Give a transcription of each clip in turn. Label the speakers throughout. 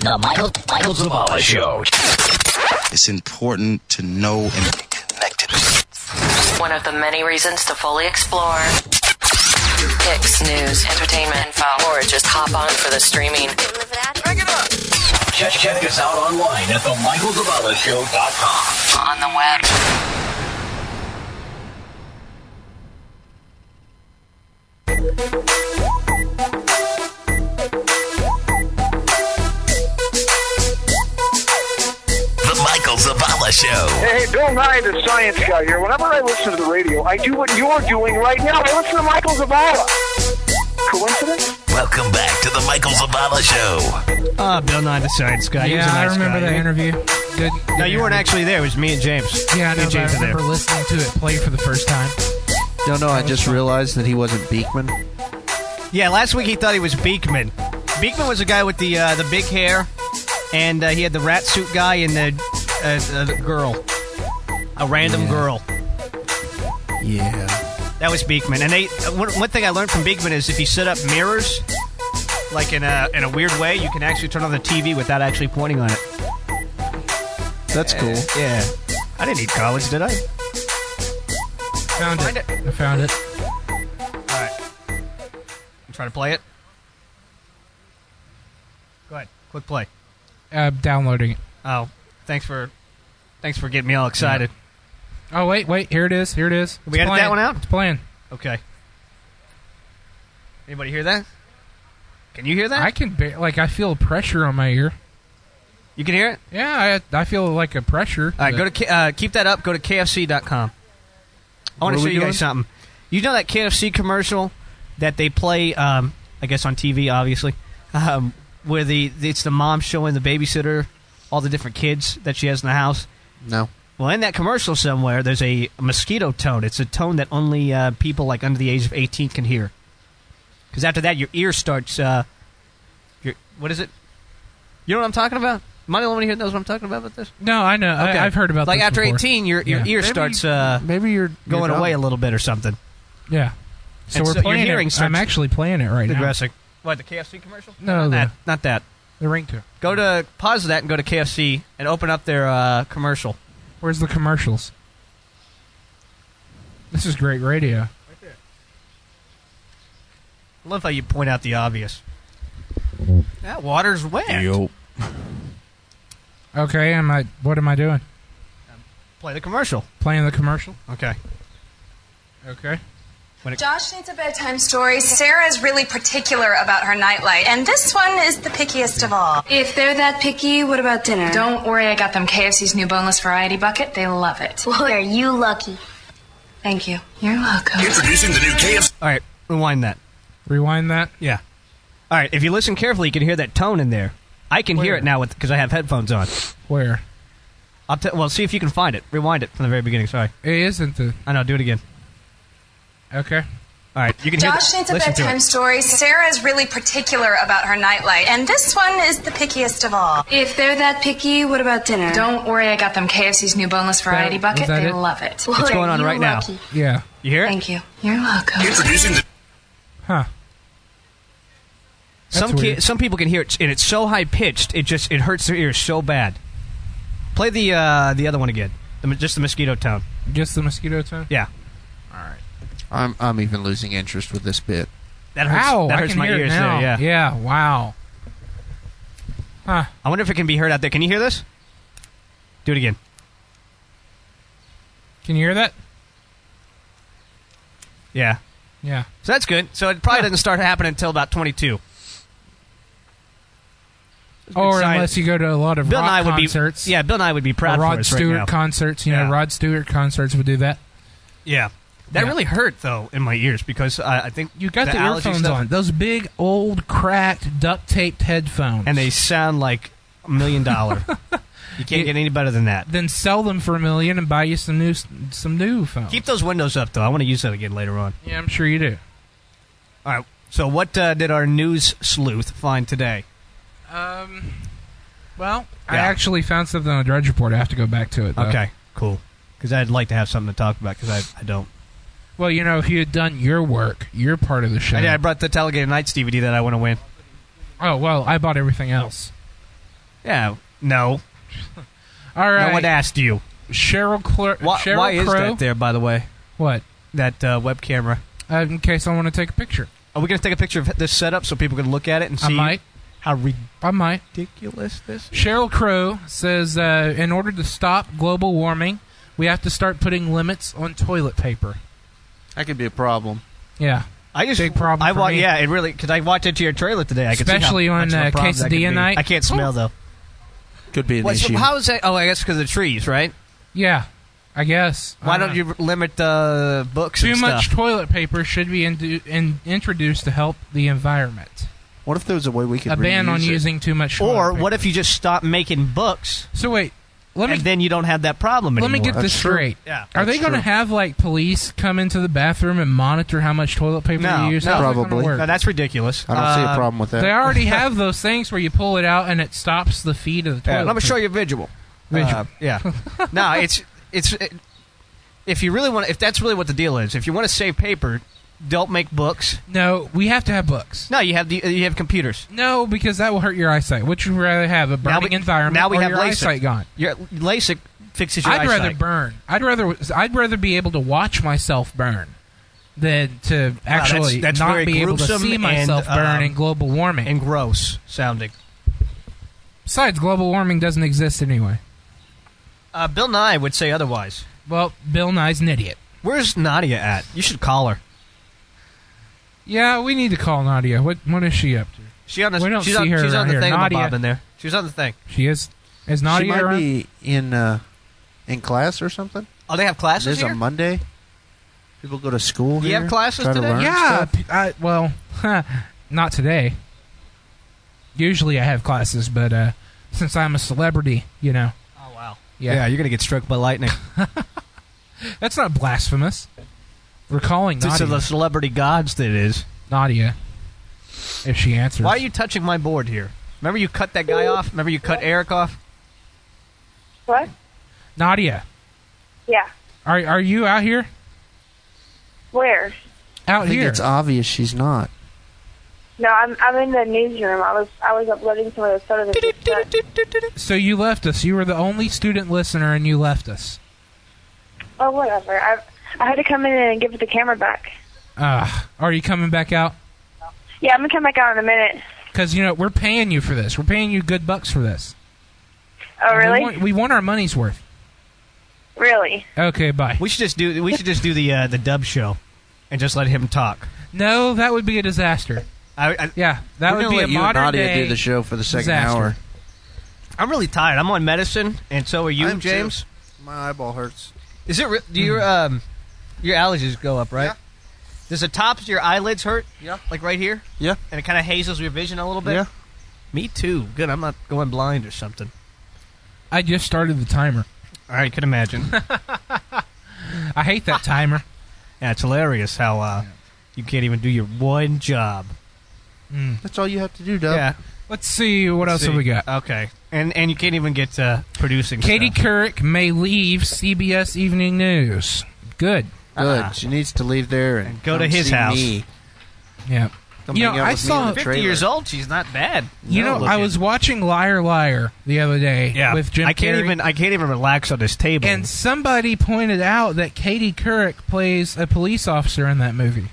Speaker 1: The Michael, Michael Zavala Show.
Speaker 2: It's important to know and be connected.
Speaker 3: One of the many reasons to fully explore. Picks, news, entertainment, info, or just hop on for the streaming.
Speaker 1: Check, check us out online at themichaelzavalashow.com.
Speaker 3: On the web.
Speaker 1: The Michael Zavala Show.
Speaker 4: Hey, hey, Bill Nye, the science guy here. Whenever I listen to the radio, I do what you're doing right now. I listen to Michael Zavala. Coincidence?
Speaker 1: Welcome back to the Michael Zavala Show.
Speaker 5: Ah, Bill Nye the Science Guy. He was
Speaker 6: Yeah,
Speaker 5: a
Speaker 6: I
Speaker 5: nice
Speaker 6: remember
Speaker 5: guy.
Speaker 6: that interview. Good,
Speaker 5: No, you weren't actually there. It was me and James.
Speaker 6: Yeah,
Speaker 5: me
Speaker 6: no,
Speaker 5: and
Speaker 6: but I
Speaker 5: James were
Speaker 6: remember
Speaker 5: there.
Speaker 6: listening to it play for the first time.
Speaker 7: No, no, I just realized that he wasn't Beekman.
Speaker 5: Yeah, last week he thought he was Beekman. Beekman was a guy with the uh, the big hair, and uh, he had the rat suit guy and the uh, uh, the girl, a random girl.
Speaker 7: Yeah.
Speaker 5: That was Beekman. And they uh, one, one thing I learned from Beekman is if you set up mirrors, like in a in a weird way, you can actually turn on the TV without actually pointing on it.
Speaker 7: That's cool.
Speaker 5: Yeah, I didn't need college, did I?
Speaker 6: Found
Speaker 5: Find
Speaker 6: it.
Speaker 5: it.
Speaker 6: I found it.
Speaker 5: All right. You trying to play it? Go ahead. Click play.
Speaker 6: Uh, downloading it.
Speaker 5: Oh, thanks for thanks for getting me all excited.
Speaker 6: Oh wait, wait. Here it is. Here it is.
Speaker 5: we
Speaker 6: It's
Speaker 5: edit that
Speaker 6: playing.
Speaker 5: one out?
Speaker 6: It's playing.
Speaker 5: Okay. Anybody hear that? Can you hear that?
Speaker 6: I can ba- like I feel pressure on my ear.
Speaker 5: you can hear it?
Speaker 6: Yeah, I, I feel like a pressure.
Speaker 5: All right, go to K- uh, keep that up. Go to kfc.com. I
Speaker 7: What
Speaker 5: want to
Speaker 7: are
Speaker 5: show
Speaker 7: we
Speaker 5: you
Speaker 7: doing?
Speaker 5: guys something. You know that KFC commercial that they play, um, I guess on TV, obviously, um, where the it's the mom showing the babysitter all the different kids that she has in the house.
Speaker 7: No.
Speaker 5: Well, in that commercial somewhere, there's a mosquito tone. It's a tone that only uh, people like under the age of 18 can hear. Because after that, your ear starts. Uh, your what is it? You know what I'm talking about? Am I the only one here that knows what I'm talking about with this?
Speaker 6: No, I know. I, I've heard about
Speaker 5: like
Speaker 6: this
Speaker 5: after
Speaker 6: before.
Speaker 5: 18, your your
Speaker 6: Yeah.
Speaker 5: ear
Speaker 7: Maybe-
Speaker 5: starts uh,
Speaker 7: Maybe you're you're
Speaker 5: going
Speaker 7: dumb.
Speaker 5: away a little bit or something.
Speaker 6: Yeah. So
Speaker 5: And
Speaker 6: we're
Speaker 5: so your
Speaker 6: playing. it.
Speaker 5: hearing starts-
Speaker 6: I'm actually playing it right now.
Speaker 5: Digressing. What the KFC commercial? not
Speaker 6: No, the,
Speaker 5: that. Not that.
Speaker 6: the ring tour.
Speaker 5: Go to pause that and go to KFC and open up their uh, commercial.
Speaker 6: Where's the commercials? This is great radio.
Speaker 5: I love how you point out the obvious. That water's wet.
Speaker 6: Okay, am I? What am I doing?
Speaker 5: Play the commercial.
Speaker 6: Playing the commercial.
Speaker 5: Okay.
Speaker 6: Okay.
Speaker 8: Josh needs a bedtime story. Sarah's really particular about her nightlight, and this one is the pickiest of all.
Speaker 9: If they're that picky, what about dinner?
Speaker 8: Don't worry, I got them KFC's new boneless variety bucket. They love it.
Speaker 9: Boy, are you lucky.
Speaker 8: Thank you. You're welcome.
Speaker 1: Introducing the new KFC.
Speaker 5: All right. Rewind that.
Speaker 6: Rewind that.
Speaker 5: Yeah. All right. If you listen carefully, you can hear that tone in there. I can hear
Speaker 6: Where?
Speaker 5: it now with because I have headphones on.
Speaker 6: Where?
Speaker 5: I'll t- well, see if you can find it. Rewind it from the very beginning. Sorry.
Speaker 6: It isn't the.
Speaker 5: I know. Do it again.
Speaker 6: Okay.
Speaker 5: All right. You can hear.
Speaker 8: Josh
Speaker 5: the-
Speaker 8: needs a
Speaker 5: listen to
Speaker 8: bedtime
Speaker 5: it.
Speaker 8: story. Sarah's really particular about her nightlight, and this one is the pickiest of all.
Speaker 9: If they're that picky, what about dinner?
Speaker 8: Don't worry, I got them KFC's new boneless variety
Speaker 6: was
Speaker 8: bucket.
Speaker 6: that
Speaker 8: They
Speaker 6: it?
Speaker 8: love it.
Speaker 9: Boy,
Speaker 5: It's going
Speaker 9: are
Speaker 5: on
Speaker 9: you
Speaker 5: right now.
Speaker 9: lucky.
Speaker 6: Yeah.
Speaker 5: You hear it?
Speaker 8: Thank you. You're welcome.
Speaker 1: Introducing the
Speaker 6: Huh. That's
Speaker 5: some ki-
Speaker 6: weird.
Speaker 5: some people can hear it, and it's so high pitched, it just it hurts their ears so bad. Play the uh, the other one again. The, mo- just the mosquito tone.
Speaker 6: Just the mosquito tone.
Speaker 5: Yeah.
Speaker 7: I'm I'm even losing interest with this bit.
Speaker 5: That hurts.
Speaker 6: Ow!
Speaker 5: that
Speaker 6: I
Speaker 5: hurts
Speaker 6: can
Speaker 5: my
Speaker 6: hear
Speaker 5: ears
Speaker 6: it now.
Speaker 5: there. Yeah.
Speaker 6: Yeah. Wow. Huh.
Speaker 5: I wonder if it can be heard out there. Can you hear this? Do it again.
Speaker 6: Can you hear that?
Speaker 5: Yeah.
Speaker 6: Yeah.
Speaker 5: So that's good. So it probably doesn't start happening until about 22.
Speaker 6: Or
Speaker 5: sign.
Speaker 6: unless you go to a lot of
Speaker 5: Bill and I
Speaker 6: rock
Speaker 5: would
Speaker 6: concerts.
Speaker 5: be yeah. Bill and I would be
Speaker 6: Or
Speaker 5: proud for
Speaker 6: Rod
Speaker 5: us
Speaker 6: Stewart
Speaker 5: right now.
Speaker 6: concerts. You
Speaker 5: Yeah.
Speaker 6: know, Rod Stewart concerts would do that.
Speaker 5: yeah. That
Speaker 6: Yeah.
Speaker 5: really hurt though in my ears because I, I think
Speaker 6: You got the,
Speaker 5: allergy
Speaker 6: earphones
Speaker 5: stuff,
Speaker 6: on. Those big, old, cracked, duct taped headphones.
Speaker 5: and they sound like a million dollar. You can't get any better than that.
Speaker 6: then sell them for a million and buy you some new some new phones.
Speaker 5: Keep those windows up though. I want to use that again later on.
Speaker 6: yeah, I'm sure you do.
Speaker 5: All right. So what uh, did our news sleuth find today?
Speaker 6: Um, well, I
Speaker 5: Yeah.
Speaker 6: actually found something on the Drudge Report. I have to go back to it. Though.
Speaker 5: Okay. Cool. Because I'd like to have something to talk about because I, I don't.
Speaker 6: Well, you know, if you had done your work, your part of the show.
Speaker 5: I, did- I brought the Talladega Nights DVD that I want to win.
Speaker 6: oh well, I bought everything else.
Speaker 5: Yeah, no.
Speaker 6: All right.
Speaker 5: No one asked you.
Speaker 6: Cheryl, Cl-
Speaker 5: Why,
Speaker 6: Cheryl
Speaker 5: why is
Speaker 6: Crow.
Speaker 5: that there, by the way?
Speaker 6: What?
Speaker 5: That uh, web camera.
Speaker 6: Uh, in case I want to take a picture.
Speaker 5: Are we going to take a picture of this setup so people can look at it and see
Speaker 6: I might.
Speaker 5: how
Speaker 6: I might.
Speaker 5: ridiculous this is?
Speaker 6: Cheryl Crow says uh, in order to stop global warming, we have to start putting limits on toilet paper.
Speaker 7: That could be a problem.
Speaker 6: Yeah.
Speaker 5: I just
Speaker 6: Big problem
Speaker 5: I
Speaker 6: for
Speaker 5: wa-
Speaker 6: me.
Speaker 5: yeah, it really because I walked into your trailer today. I could see how
Speaker 6: Especially on,
Speaker 5: much of a
Speaker 6: uh,
Speaker 5: problem that could
Speaker 6: quesadilla
Speaker 5: be.
Speaker 6: night.
Speaker 5: I can't smell though.
Speaker 7: Could be an
Speaker 5: Wait, so
Speaker 7: issue.
Speaker 5: how is that? Oh, I guess because of the trees, right?
Speaker 6: Yeah. I guess. I
Speaker 5: Why don't
Speaker 6: know.
Speaker 5: you limit uh, books?
Speaker 6: Uh-huh. Too
Speaker 5: and
Speaker 6: much
Speaker 5: Stuff?
Speaker 6: toilet paper should be indu- in- introduced to help the environment.
Speaker 7: what if there was a way we could
Speaker 6: A ban
Speaker 7: reuse
Speaker 6: on
Speaker 7: it?
Speaker 6: using too much. Toilet
Speaker 5: Or what
Speaker 6: paper.
Speaker 5: if you just stop making books
Speaker 6: So wait, let me
Speaker 5: and then you don't have that problem
Speaker 6: let
Speaker 5: anymore?
Speaker 6: me get this
Speaker 7: That's true.
Speaker 6: straight.
Speaker 5: Yeah,
Speaker 6: Are they
Speaker 7: that's
Speaker 6: going to
Speaker 7: true.
Speaker 6: have like police come into the bathroom and monitor how much toilet paper
Speaker 5: No,
Speaker 6: you use?
Speaker 5: no.
Speaker 6: How's that gonna
Speaker 7: Probably.
Speaker 6: work?
Speaker 5: No, that's ridiculous.
Speaker 7: I don't see a
Speaker 5: Uh,
Speaker 7: problem with that.
Speaker 6: They already have those things where you pull it out and it stops the feed of the toilet.
Speaker 5: Yeah, let me
Speaker 6: paper.
Speaker 5: show you a visual.
Speaker 6: Visual.
Speaker 5: Uh, yeah. no, it's it's it, if you really want if that's really what the deal is. If you want to save paper, don't make books.
Speaker 6: No, we have to have books.
Speaker 5: No, you have the you have computers.
Speaker 6: No, because that will hurt your eyesight. Would you rather have a burning
Speaker 5: now we,
Speaker 6: environment
Speaker 5: Now we
Speaker 6: or
Speaker 5: have
Speaker 6: your
Speaker 5: LASIK.
Speaker 6: eyesight gone?
Speaker 5: Your LASIK fixes your
Speaker 6: I'd
Speaker 5: eyesight.
Speaker 6: rather burn. I'd rather I'd rather be able to watch myself burn than to actually
Speaker 5: that's
Speaker 6: not
Speaker 5: very
Speaker 6: be able to
Speaker 5: gruesome
Speaker 6: see
Speaker 5: and,
Speaker 6: myself burn
Speaker 5: um,
Speaker 6: in global warming.
Speaker 5: and gross sounding.
Speaker 6: Besides, global warming doesn't exist anyway.
Speaker 5: Uh, Bill Nye would say otherwise.
Speaker 6: Well, Bill Nye's an idiot.
Speaker 5: Where's Nadia at? You should call her.
Speaker 6: Yeah, we need to call Nadia. What what is she up to?
Speaker 5: She on the,
Speaker 6: We don't
Speaker 5: she's
Speaker 6: see
Speaker 5: on,
Speaker 6: her
Speaker 5: she's on
Speaker 6: around
Speaker 5: the
Speaker 6: here.
Speaker 5: thing about
Speaker 6: Nadia-
Speaker 5: Bob in there. She was on the thing.
Speaker 6: She is is Nadia
Speaker 7: she might
Speaker 6: around?
Speaker 7: be in uh, in class or something.
Speaker 5: Oh, they have classes
Speaker 7: There's
Speaker 5: here.
Speaker 7: a Monday. People go to school.
Speaker 5: You have
Speaker 7: here,
Speaker 5: classes
Speaker 7: try to
Speaker 5: today?
Speaker 7: learn
Speaker 6: yeah.
Speaker 7: stuff.
Speaker 6: p- I, well, not today. Usually I have classes, but uh, since I'm a celebrity, you know,
Speaker 5: oh wow.
Speaker 6: Yeah.
Speaker 5: you're gonna get struck by lightning.
Speaker 6: that's not blasphemous. We're calling
Speaker 5: Since
Speaker 6: Nadia.
Speaker 5: of the celebrity gods that is.
Speaker 6: Nadia, if she answers.
Speaker 5: Why are you touching my board here? Remember you cut that guy off? Remember you cut Eric off?
Speaker 10: What?
Speaker 6: Nadia?
Speaker 10: Yeah.
Speaker 6: Are are you out here?
Speaker 10: Where?
Speaker 6: Out
Speaker 7: I think
Speaker 6: here?
Speaker 7: it's obvious she's not.
Speaker 10: No, I'm I'm in the newsroom. I was I was uploading some of the photos. that just got-
Speaker 6: so you left us. You were the only student listener, and you left us.
Speaker 10: Oh, whatever. I I had to come in and give the camera back.
Speaker 6: Uh, are you coming back out?
Speaker 10: Yeah, I'm gonna come back out in a minute.
Speaker 6: Because you know we're paying you for this. We're paying you good bucks for this.
Speaker 10: Oh,
Speaker 6: And we
Speaker 10: really?
Speaker 6: want- We want our money's worth.
Speaker 10: Really?
Speaker 6: Okay, bye.
Speaker 5: We should just do we should just do the uh, the dub show and just let him talk.
Speaker 6: No, that would be a disaster.
Speaker 5: I, I,
Speaker 6: Yeah, that
Speaker 7: We're
Speaker 6: would
Speaker 7: gonna
Speaker 6: be
Speaker 7: let
Speaker 6: a
Speaker 7: you and
Speaker 6: modern
Speaker 7: Nadia
Speaker 6: day.
Speaker 7: do the show for the second
Speaker 6: disaster.
Speaker 7: hour.
Speaker 5: I'm really tired. I'm on medicine, and so are you,
Speaker 7: I'm too.
Speaker 5: James.
Speaker 7: My eyeball hurts. Hmm.
Speaker 5: Is it re- do your um your allergies go up, right?
Speaker 7: Yeah.
Speaker 5: Does the tops of your eyelids hurt?
Speaker 7: Yeah.
Speaker 5: Like right here?
Speaker 7: Yeah.
Speaker 5: And it kind of hazes your vision a little bit?
Speaker 7: Yeah.
Speaker 5: Me too. Good. I'm not going blind or something.
Speaker 6: I just started the timer.
Speaker 5: I can imagine.
Speaker 6: I hate that timer.
Speaker 5: yeah, it's hilarious how uh, you can't even do your one job.
Speaker 7: That's all you have to do, Doug.
Speaker 5: Yeah.
Speaker 6: Let's see Hmm. what else have we
Speaker 7: Uh,
Speaker 6: got.
Speaker 5: Okay. And and you can't even get uh, producing
Speaker 6: Katie
Speaker 5: stuff.
Speaker 6: Couric may leave CBS Evening News. Good.
Speaker 7: Good.
Speaker 5: Uh-uh.
Speaker 7: She needs to leave there and,
Speaker 5: And go to
Speaker 7: come
Speaker 5: his
Speaker 7: see
Speaker 5: house.
Speaker 7: Me.
Speaker 6: Yeah.
Speaker 7: Come
Speaker 6: You know,
Speaker 7: hang out
Speaker 6: I
Speaker 7: with me
Speaker 6: saw-
Speaker 7: in the
Speaker 5: 50
Speaker 7: trailer.
Speaker 5: years old, she's not bad.
Speaker 6: You
Speaker 7: No,
Speaker 6: know,
Speaker 7: look
Speaker 6: I
Speaker 7: at-
Speaker 6: was watching Liar Liar the other day with Jim
Speaker 5: I can't
Speaker 6: Carrey,
Speaker 5: even I can't even relax on this table.
Speaker 6: and somebody pointed out that Katie Couric plays a police officer in that movie.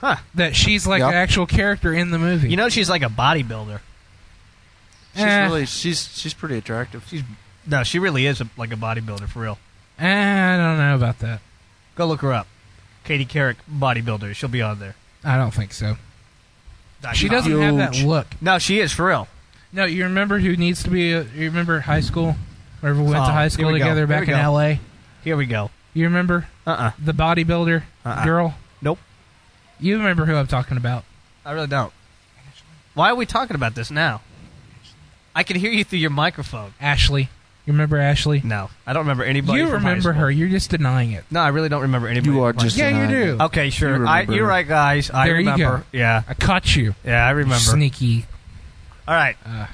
Speaker 5: Huh.
Speaker 6: That she's like
Speaker 7: Yeah.
Speaker 6: an actual character in the movie.
Speaker 5: you know she's like a bodybuilder.
Speaker 7: She's
Speaker 6: Eh.
Speaker 7: really she's she's pretty attractive.
Speaker 5: She's no, she really is a, like a bodybuilder for real.
Speaker 6: Eh, I don't know about that.
Speaker 5: Go look her up. Katie Carrick, bodybuilder. She'll be on there.
Speaker 6: I don't think so.
Speaker 5: Dot
Speaker 6: She
Speaker 5: com.
Speaker 6: doesn't have that look.
Speaker 5: No, she is for real.
Speaker 6: No, you remember who needs to be? A, you remember high school? Whenever we went
Speaker 5: Oh,
Speaker 6: to high
Speaker 5: here
Speaker 6: school
Speaker 5: we go.
Speaker 6: together
Speaker 5: Here
Speaker 6: back
Speaker 5: we
Speaker 6: in
Speaker 5: go.
Speaker 6: L.A.
Speaker 5: Here we go.
Speaker 6: You remember
Speaker 5: Uh uh
Speaker 6: the bodybuilder
Speaker 5: Uh-uh.
Speaker 6: girl?
Speaker 5: Nope.
Speaker 6: You remember who I'm talking about?
Speaker 5: I really don't. Why are we talking about this now? I can hear you through your microphone.
Speaker 6: Ashley. You remember Ashley?
Speaker 5: No, I don't remember anybody.
Speaker 6: you
Speaker 5: from high
Speaker 6: remember
Speaker 5: school.
Speaker 6: her? You're just denying it.
Speaker 5: No, I really don't remember anybody.
Speaker 7: You are
Speaker 5: from high
Speaker 7: just
Speaker 6: Yeah, you
Speaker 7: denying
Speaker 6: do.
Speaker 7: it.
Speaker 5: school. okay. Sure,
Speaker 7: You
Speaker 5: I,
Speaker 7: remember
Speaker 5: you're
Speaker 7: her.
Speaker 5: right, guys. I
Speaker 6: There you go.
Speaker 5: remember. Yeah,
Speaker 6: I caught you.
Speaker 5: yeah, I remember.
Speaker 6: Sneaky.
Speaker 5: All right.
Speaker 6: Uh.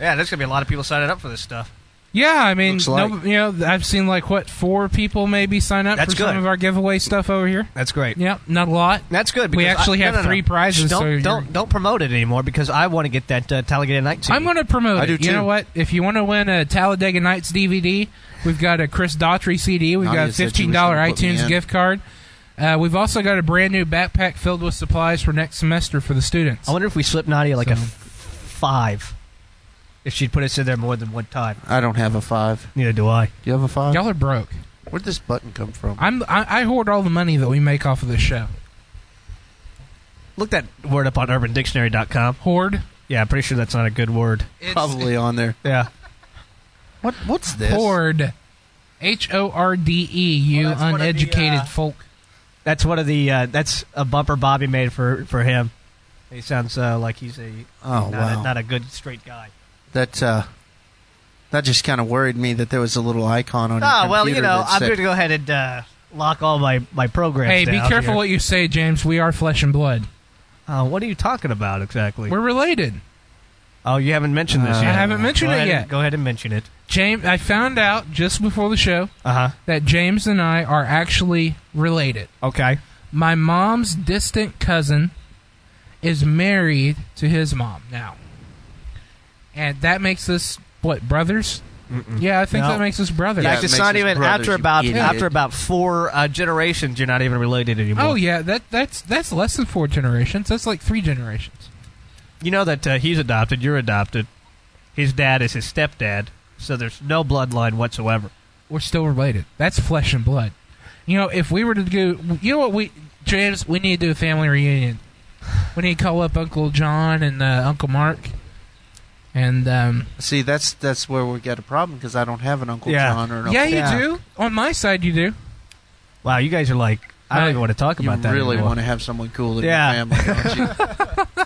Speaker 5: yeah, there's gonna be a lot of people signing up for this stuff.
Speaker 6: Yeah, I mean,
Speaker 5: Looks like.
Speaker 6: no, you know, I've seen like what four people maybe sign up
Speaker 5: That's
Speaker 6: for some
Speaker 5: good.
Speaker 6: of our giveaway stuff over here.
Speaker 5: That's great.
Speaker 6: Yep, not a lot.
Speaker 5: That's good.
Speaker 6: We
Speaker 5: because
Speaker 6: actually
Speaker 5: I- no,
Speaker 6: have
Speaker 5: no, no.
Speaker 6: three prizes.
Speaker 5: Shh, Don't
Speaker 6: so you're-
Speaker 5: don't don't promote it anymore because I want to get that uh, Talladega Nights.
Speaker 6: I'm going to promote.
Speaker 5: I
Speaker 6: it.
Speaker 5: do
Speaker 6: You
Speaker 5: too.
Speaker 6: know what? If you want to win a Talladega Nights DVD, we've got a Chris Daughtry CD. We've
Speaker 5: Nadia
Speaker 6: got a
Speaker 5: said she
Speaker 6: fifteen
Speaker 5: was
Speaker 6: dollar
Speaker 5: gonna put me
Speaker 6: iTunes
Speaker 5: in.
Speaker 6: gift card. Uh, we've also got a brand new backpack filled with supplies for next semester for the students.
Speaker 5: I wonder if we slip Nadia like a f- five, if she'd put us in there more than one time.
Speaker 7: I don't have a five.
Speaker 5: Neither do I. Do
Speaker 7: you have a five?
Speaker 6: Y'all are broke.
Speaker 7: Where'd this button come from?
Speaker 6: I'm I, I hoard all the money that we make off of this show.
Speaker 5: Look that word up on UrbanDictionary.com.
Speaker 6: Hoard.
Speaker 5: Yeah, I'm pretty sure that's not a good word.
Speaker 7: Probably on there.
Speaker 5: Yeah.
Speaker 7: What what's this?
Speaker 6: Hoard. H O R D E. You uneducated folk.
Speaker 5: That's one of the. Uh, that's a bumper Bobby made for for him. He sounds uh, like he's a
Speaker 7: Oh,
Speaker 5: not,
Speaker 7: wow.
Speaker 5: a not a good straight guy.
Speaker 7: That uh, that just kind of worried me that there was a little icon on.
Speaker 5: Ah,
Speaker 7: your
Speaker 5: well, you
Speaker 7: computer
Speaker 5: know,
Speaker 7: that
Speaker 5: I'm
Speaker 7: said-
Speaker 5: going to go ahead and uh, lock all my my programs.
Speaker 6: Hey, be
Speaker 5: down
Speaker 6: careful
Speaker 5: here.
Speaker 6: what you say, James. We are flesh and blood.
Speaker 5: Uh, what are you talking about exactly?
Speaker 6: We're related.
Speaker 5: Oh, you haven't mentioned this
Speaker 6: Uh,
Speaker 5: yet.
Speaker 6: I haven't mentioned
Speaker 5: Go
Speaker 6: it
Speaker 5: ahead and-
Speaker 6: yet.
Speaker 5: go ahead and mention it.
Speaker 6: James, I found out just before the show
Speaker 5: Uh-huh.
Speaker 6: that James and I are actually related.
Speaker 5: Okay.
Speaker 6: My mom's distant cousin is married to his mom now, and that makes us what brothers? Yeah, I think
Speaker 5: No.
Speaker 6: that makes us brothers.
Speaker 5: Like, it's not even after about after about four uh, generations, you're not even related anymore.
Speaker 6: Oh yeah, that that's that's less than four generations. That's like three generations.
Speaker 5: You know that uh, he's adopted. You're adopted. His dad is his stepdad, so there's no bloodline whatsoever.
Speaker 6: We're still related. That's flesh and blood. You know, if we were to do, you know what we, James, we need to do a family reunion. We need to call up Uncle John and uh, Uncle Mark, and um,
Speaker 7: See, that's that's where we got a problem because I don't have an Uncle
Speaker 6: yeah,
Speaker 7: John or an
Speaker 6: yeah,
Speaker 7: Uncle
Speaker 6: you
Speaker 7: Jack.
Speaker 6: do. On my side, you do.
Speaker 5: Wow, you guys are like I don't even want to talk
Speaker 7: You
Speaker 5: about that.
Speaker 7: really
Speaker 5: anymore.
Speaker 7: want to have someone cool in
Speaker 5: Yeah.
Speaker 7: your family, don't you?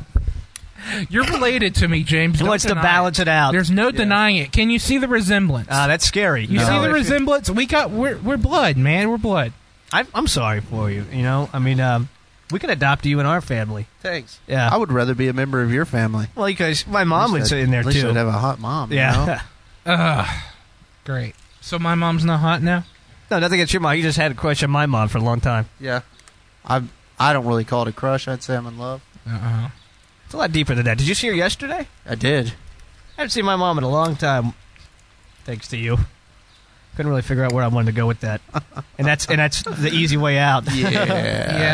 Speaker 6: You're related to me, James.
Speaker 5: He
Speaker 6: Don't
Speaker 5: wants to
Speaker 6: deny
Speaker 5: balance it out.
Speaker 6: There's no denying it. Can you see the resemblance?
Speaker 5: Ah, that's scary.
Speaker 6: you
Speaker 5: know?
Speaker 6: see the
Speaker 5: If you-
Speaker 6: resemblance? We got we're we're blood, man. We're blood.
Speaker 5: I, I'm sorry for you. You know, I mean, um, we could adopt you in our family.
Speaker 7: Thanks.
Speaker 5: Yeah.
Speaker 7: I would rather be a member of your family.
Speaker 5: Well, because my mom would
Speaker 7: At least
Speaker 5: sit
Speaker 7: I'd-
Speaker 5: in there
Speaker 7: at least
Speaker 5: too.
Speaker 7: I'd have a hot mom. you
Speaker 5: Yeah.
Speaker 7: know?
Speaker 6: Ugh, great. So my mom's not hot now.
Speaker 5: no, nothing against your mom. You just had a crush on my mom for a long time.
Speaker 7: yeah. I I don't really call it a crush. I'd say I'm in love.
Speaker 6: Uh-uh.
Speaker 5: It's a lot deeper than that. Did you see her yesterday?
Speaker 7: I did.
Speaker 5: I haven't seen my mom in a long time, thanks to you. Couldn't really figure out where I wanted to go with that, and that's and that's the easy way out.
Speaker 6: Yeah,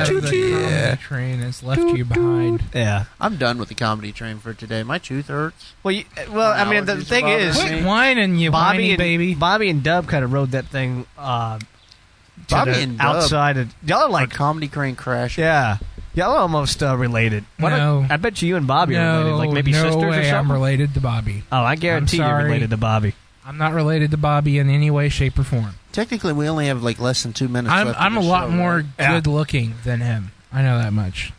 Speaker 6: the comedy train has left you behind.
Speaker 5: yeah.
Speaker 7: I'm done with the comedy train for today. My tooth hurts.
Speaker 5: Well, you, well, I mean, the
Speaker 7: Allergies are
Speaker 5: thing
Speaker 7: bothering
Speaker 5: is,
Speaker 7: me. Quit
Speaker 6: whining, you
Speaker 5: Bobby
Speaker 6: whiny
Speaker 5: and,
Speaker 6: baby.
Speaker 5: Bobby and Dub kind of rode that thing uh, to
Speaker 7: Bobby
Speaker 5: the
Speaker 7: and Dub
Speaker 5: outside. Of, y'all are
Speaker 7: Our
Speaker 5: like,
Speaker 7: comedy crane crash.
Speaker 5: yeah, y'all are almost uh, related. Why don't-
Speaker 6: No.
Speaker 5: I bet you, you and Bobby are
Speaker 6: no,
Speaker 5: related, like maybe
Speaker 6: no
Speaker 5: sisters
Speaker 6: way
Speaker 5: or
Speaker 6: I'm
Speaker 5: something.
Speaker 6: related to Bobby.
Speaker 5: oh, I guarantee you're
Speaker 6: sorry.
Speaker 5: related to Bobby.
Speaker 6: I'm not related to Bobby in any way, shape, or form.
Speaker 7: Technically, we only have like less than two minutes.
Speaker 6: I'm
Speaker 7: left
Speaker 6: I'm a
Speaker 7: of the
Speaker 6: lot
Speaker 7: show,
Speaker 6: more
Speaker 7: right?
Speaker 5: Yeah.
Speaker 6: good looking than him. I know that much.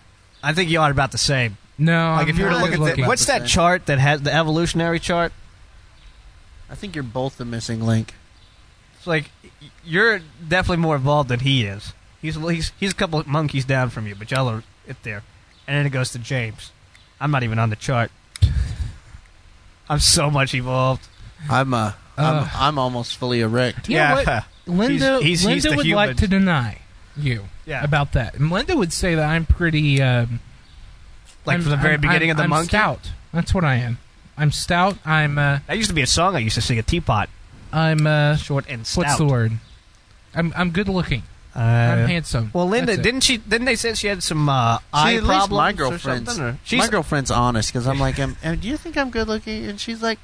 Speaker 5: I think y'all are about the same.
Speaker 6: No,
Speaker 5: Like
Speaker 6: I'm
Speaker 5: if you were to
Speaker 6: not
Speaker 5: look
Speaker 6: good
Speaker 5: at
Speaker 6: looking.
Speaker 5: the, what's that chart that has the evolutionary chart?
Speaker 7: I think you're both the missing link.
Speaker 5: It's like y- you're definitely more evolved than he is. He's he's he's a couple of monkeys down from you, but y'all are it there. And then it goes to James. I'm not even on the chart. I'm so much evolved.
Speaker 7: I'm uh,
Speaker 6: Ugh.
Speaker 7: I'm, I'm almost fully erect.
Speaker 6: You know what? Linda,
Speaker 5: He's- he's- he's
Speaker 6: Linda
Speaker 5: the
Speaker 6: would
Speaker 5: human.
Speaker 6: like to deny you
Speaker 5: Yeah.
Speaker 6: about that. And Linda would say that I'm pretty. Um,
Speaker 5: Like
Speaker 6: I'm-
Speaker 5: from the very
Speaker 6: I'm-
Speaker 5: beginning
Speaker 6: I'm-
Speaker 5: of the
Speaker 6: I'm
Speaker 5: monkey.
Speaker 6: Stout. That's what I am. I'm stout. I'm. Uh,
Speaker 5: That used to be a song I used to sing. A teapot,
Speaker 6: I'm. Uh,
Speaker 5: short and stout.
Speaker 6: what's the word? I'm. I'm good looking.
Speaker 5: Uh,
Speaker 6: I'm handsome.
Speaker 5: well, Linda,
Speaker 6: That's it.
Speaker 5: didn't she? Didn't they say she had some uh,
Speaker 7: See,
Speaker 5: eye
Speaker 7: at least
Speaker 5: problems
Speaker 7: my
Speaker 5: or
Speaker 7: girlfriend's
Speaker 5: something? Or
Speaker 7: my girlfriend's honest because I'm like, um, "Uh, do you think I'm good looking? And she's like,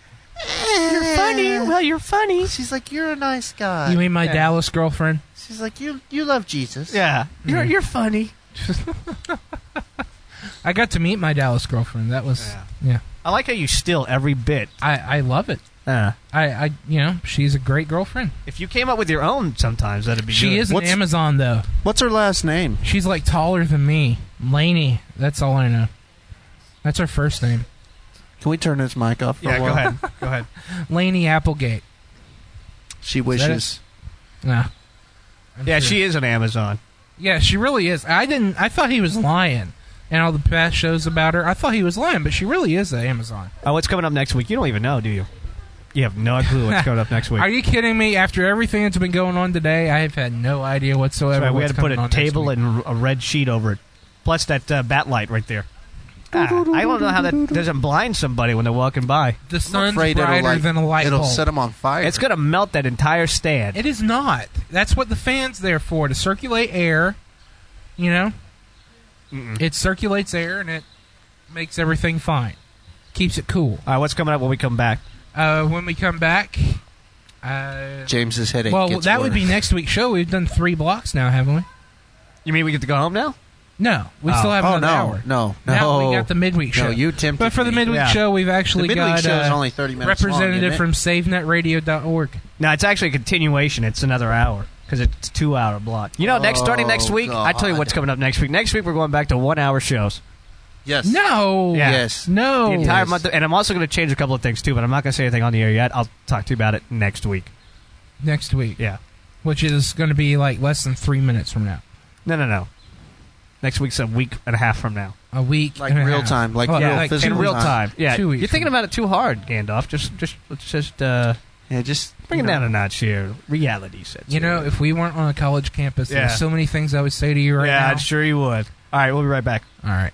Speaker 7: you're
Speaker 5: you're funny.
Speaker 7: She's like, you're a nice guy.
Speaker 6: You mean my
Speaker 5: Yeah.
Speaker 6: Dallas girlfriend?
Speaker 7: She's like, you you love Jesus. Mm-hmm.
Speaker 5: Yeah, you're you're funny.
Speaker 6: I got to meet my Dallas girlfriend. That was.
Speaker 5: Yeah.
Speaker 6: Yeah.
Speaker 5: I like how you steal every bit.
Speaker 6: I. I love it.
Speaker 5: Uh,
Speaker 6: I. I. You know, she's a great girlfriend.
Speaker 5: if you came up with your own, sometimes that'd be.
Speaker 6: She
Speaker 5: good.
Speaker 6: is an
Speaker 7: What's-
Speaker 6: Amazon though.
Speaker 7: What's her last name?
Speaker 6: She's like taller than me. Laney. That's all I know. That's her first name.
Speaker 7: Can we turn this mic off? For
Speaker 5: Yeah,
Speaker 7: a
Speaker 5: go
Speaker 7: while?
Speaker 5: ahead. Go ahead.
Speaker 6: Laney Applegate.
Speaker 7: She
Speaker 6: that
Speaker 7: wishes.
Speaker 6: Nah. I'm
Speaker 5: Yeah,
Speaker 6: sure.
Speaker 5: she is an Amazon.
Speaker 6: Yeah, she really is. I didn't. I thought he was lying. And all the past shows about her, I thought he was lying, but she really is an Amazon.
Speaker 5: Uh, Oh, what's coming up next week? You don't even know, do you? You have no clue what's coming up next week.
Speaker 6: Are you kidding me? After everything that's been going on today, I have had no idea
Speaker 5: That's
Speaker 6: whatsoever.
Speaker 5: right, we
Speaker 6: what's
Speaker 5: had to put
Speaker 6: coming
Speaker 5: a
Speaker 6: on next
Speaker 5: table
Speaker 6: week.
Speaker 5: and a red sheet over it, plus that uh, bat light right there. Ah, I don't know how that doesn't blind somebody when they're walking by.
Speaker 6: The sun's afraid it'll, brighter like- than a light it'll bulb. set 'em
Speaker 5: on fire. It's going to melt that entire stand.
Speaker 6: It is not. That's what the fans there for to circulate air. You know, it circulates air and it makes everything fine, keeps it cool.
Speaker 5: All right, what's coming up when we come back?
Speaker 6: Uh, when we come back, uh,
Speaker 5: James's headache
Speaker 6: Well,
Speaker 5: gets
Speaker 6: that would be
Speaker 5: worse.
Speaker 6: next week's show. We've done three blocks now, haven't we?
Speaker 5: You mean we get to go home now?
Speaker 6: No, we
Speaker 5: Oh.
Speaker 6: still have
Speaker 5: Oh,
Speaker 6: another
Speaker 5: no,
Speaker 6: hour.
Speaker 5: no,
Speaker 6: Now
Speaker 5: no.
Speaker 6: we got the midweek show.
Speaker 5: No, you tempted
Speaker 6: But for the
Speaker 5: me.
Speaker 6: midweek
Speaker 5: Yeah.
Speaker 6: show, we've actually
Speaker 5: The midweek
Speaker 6: got
Speaker 5: show is
Speaker 6: uh,
Speaker 5: only 30 minutes long, isn't
Speaker 6: representative
Speaker 5: it?
Speaker 6: from SaveNetRadio.org.
Speaker 5: No, it's actually a continuation. It's another hour because it's two hour block. You know, next starting next
Speaker 6: Oh,
Speaker 5: week, I tell you what's coming up next week. Next week we're going back to one hour shows.
Speaker 7: Yes.
Speaker 6: No.
Speaker 5: Yeah.
Speaker 6: No.
Speaker 5: The entire month, and I'm also going to change a couple of things too, but I'm not going to say anything on the air yet. I'll talk to you about it next week.
Speaker 6: next week.
Speaker 5: Yeah.
Speaker 6: Which is going to be like less than three minutes from now.
Speaker 5: No, no, no. Next week's a week and a half from now.
Speaker 6: A week.
Speaker 5: Like
Speaker 6: and a
Speaker 5: real
Speaker 6: half. Oh,
Speaker 5: time, like
Speaker 6: Well,
Speaker 5: real physical
Speaker 6: two-
Speaker 5: real time. Yeah.
Speaker 6: Two weeks.
Speaker 5: You're thinking about it too hard, Gandalf. Just, just, let's just, uh, yeah, just bring it down a notch here. Reality sets.
Speaker 6: You know, if we weren't on a college campus,
Speaker 5: Yeah.
Speaker 6: there's so many things I would say to you right
Speaker 5: yeah,
Speaker 6: now.
Speaker 5: I'd sure you would. All right, we'll be right back.
Speaker 6: All right.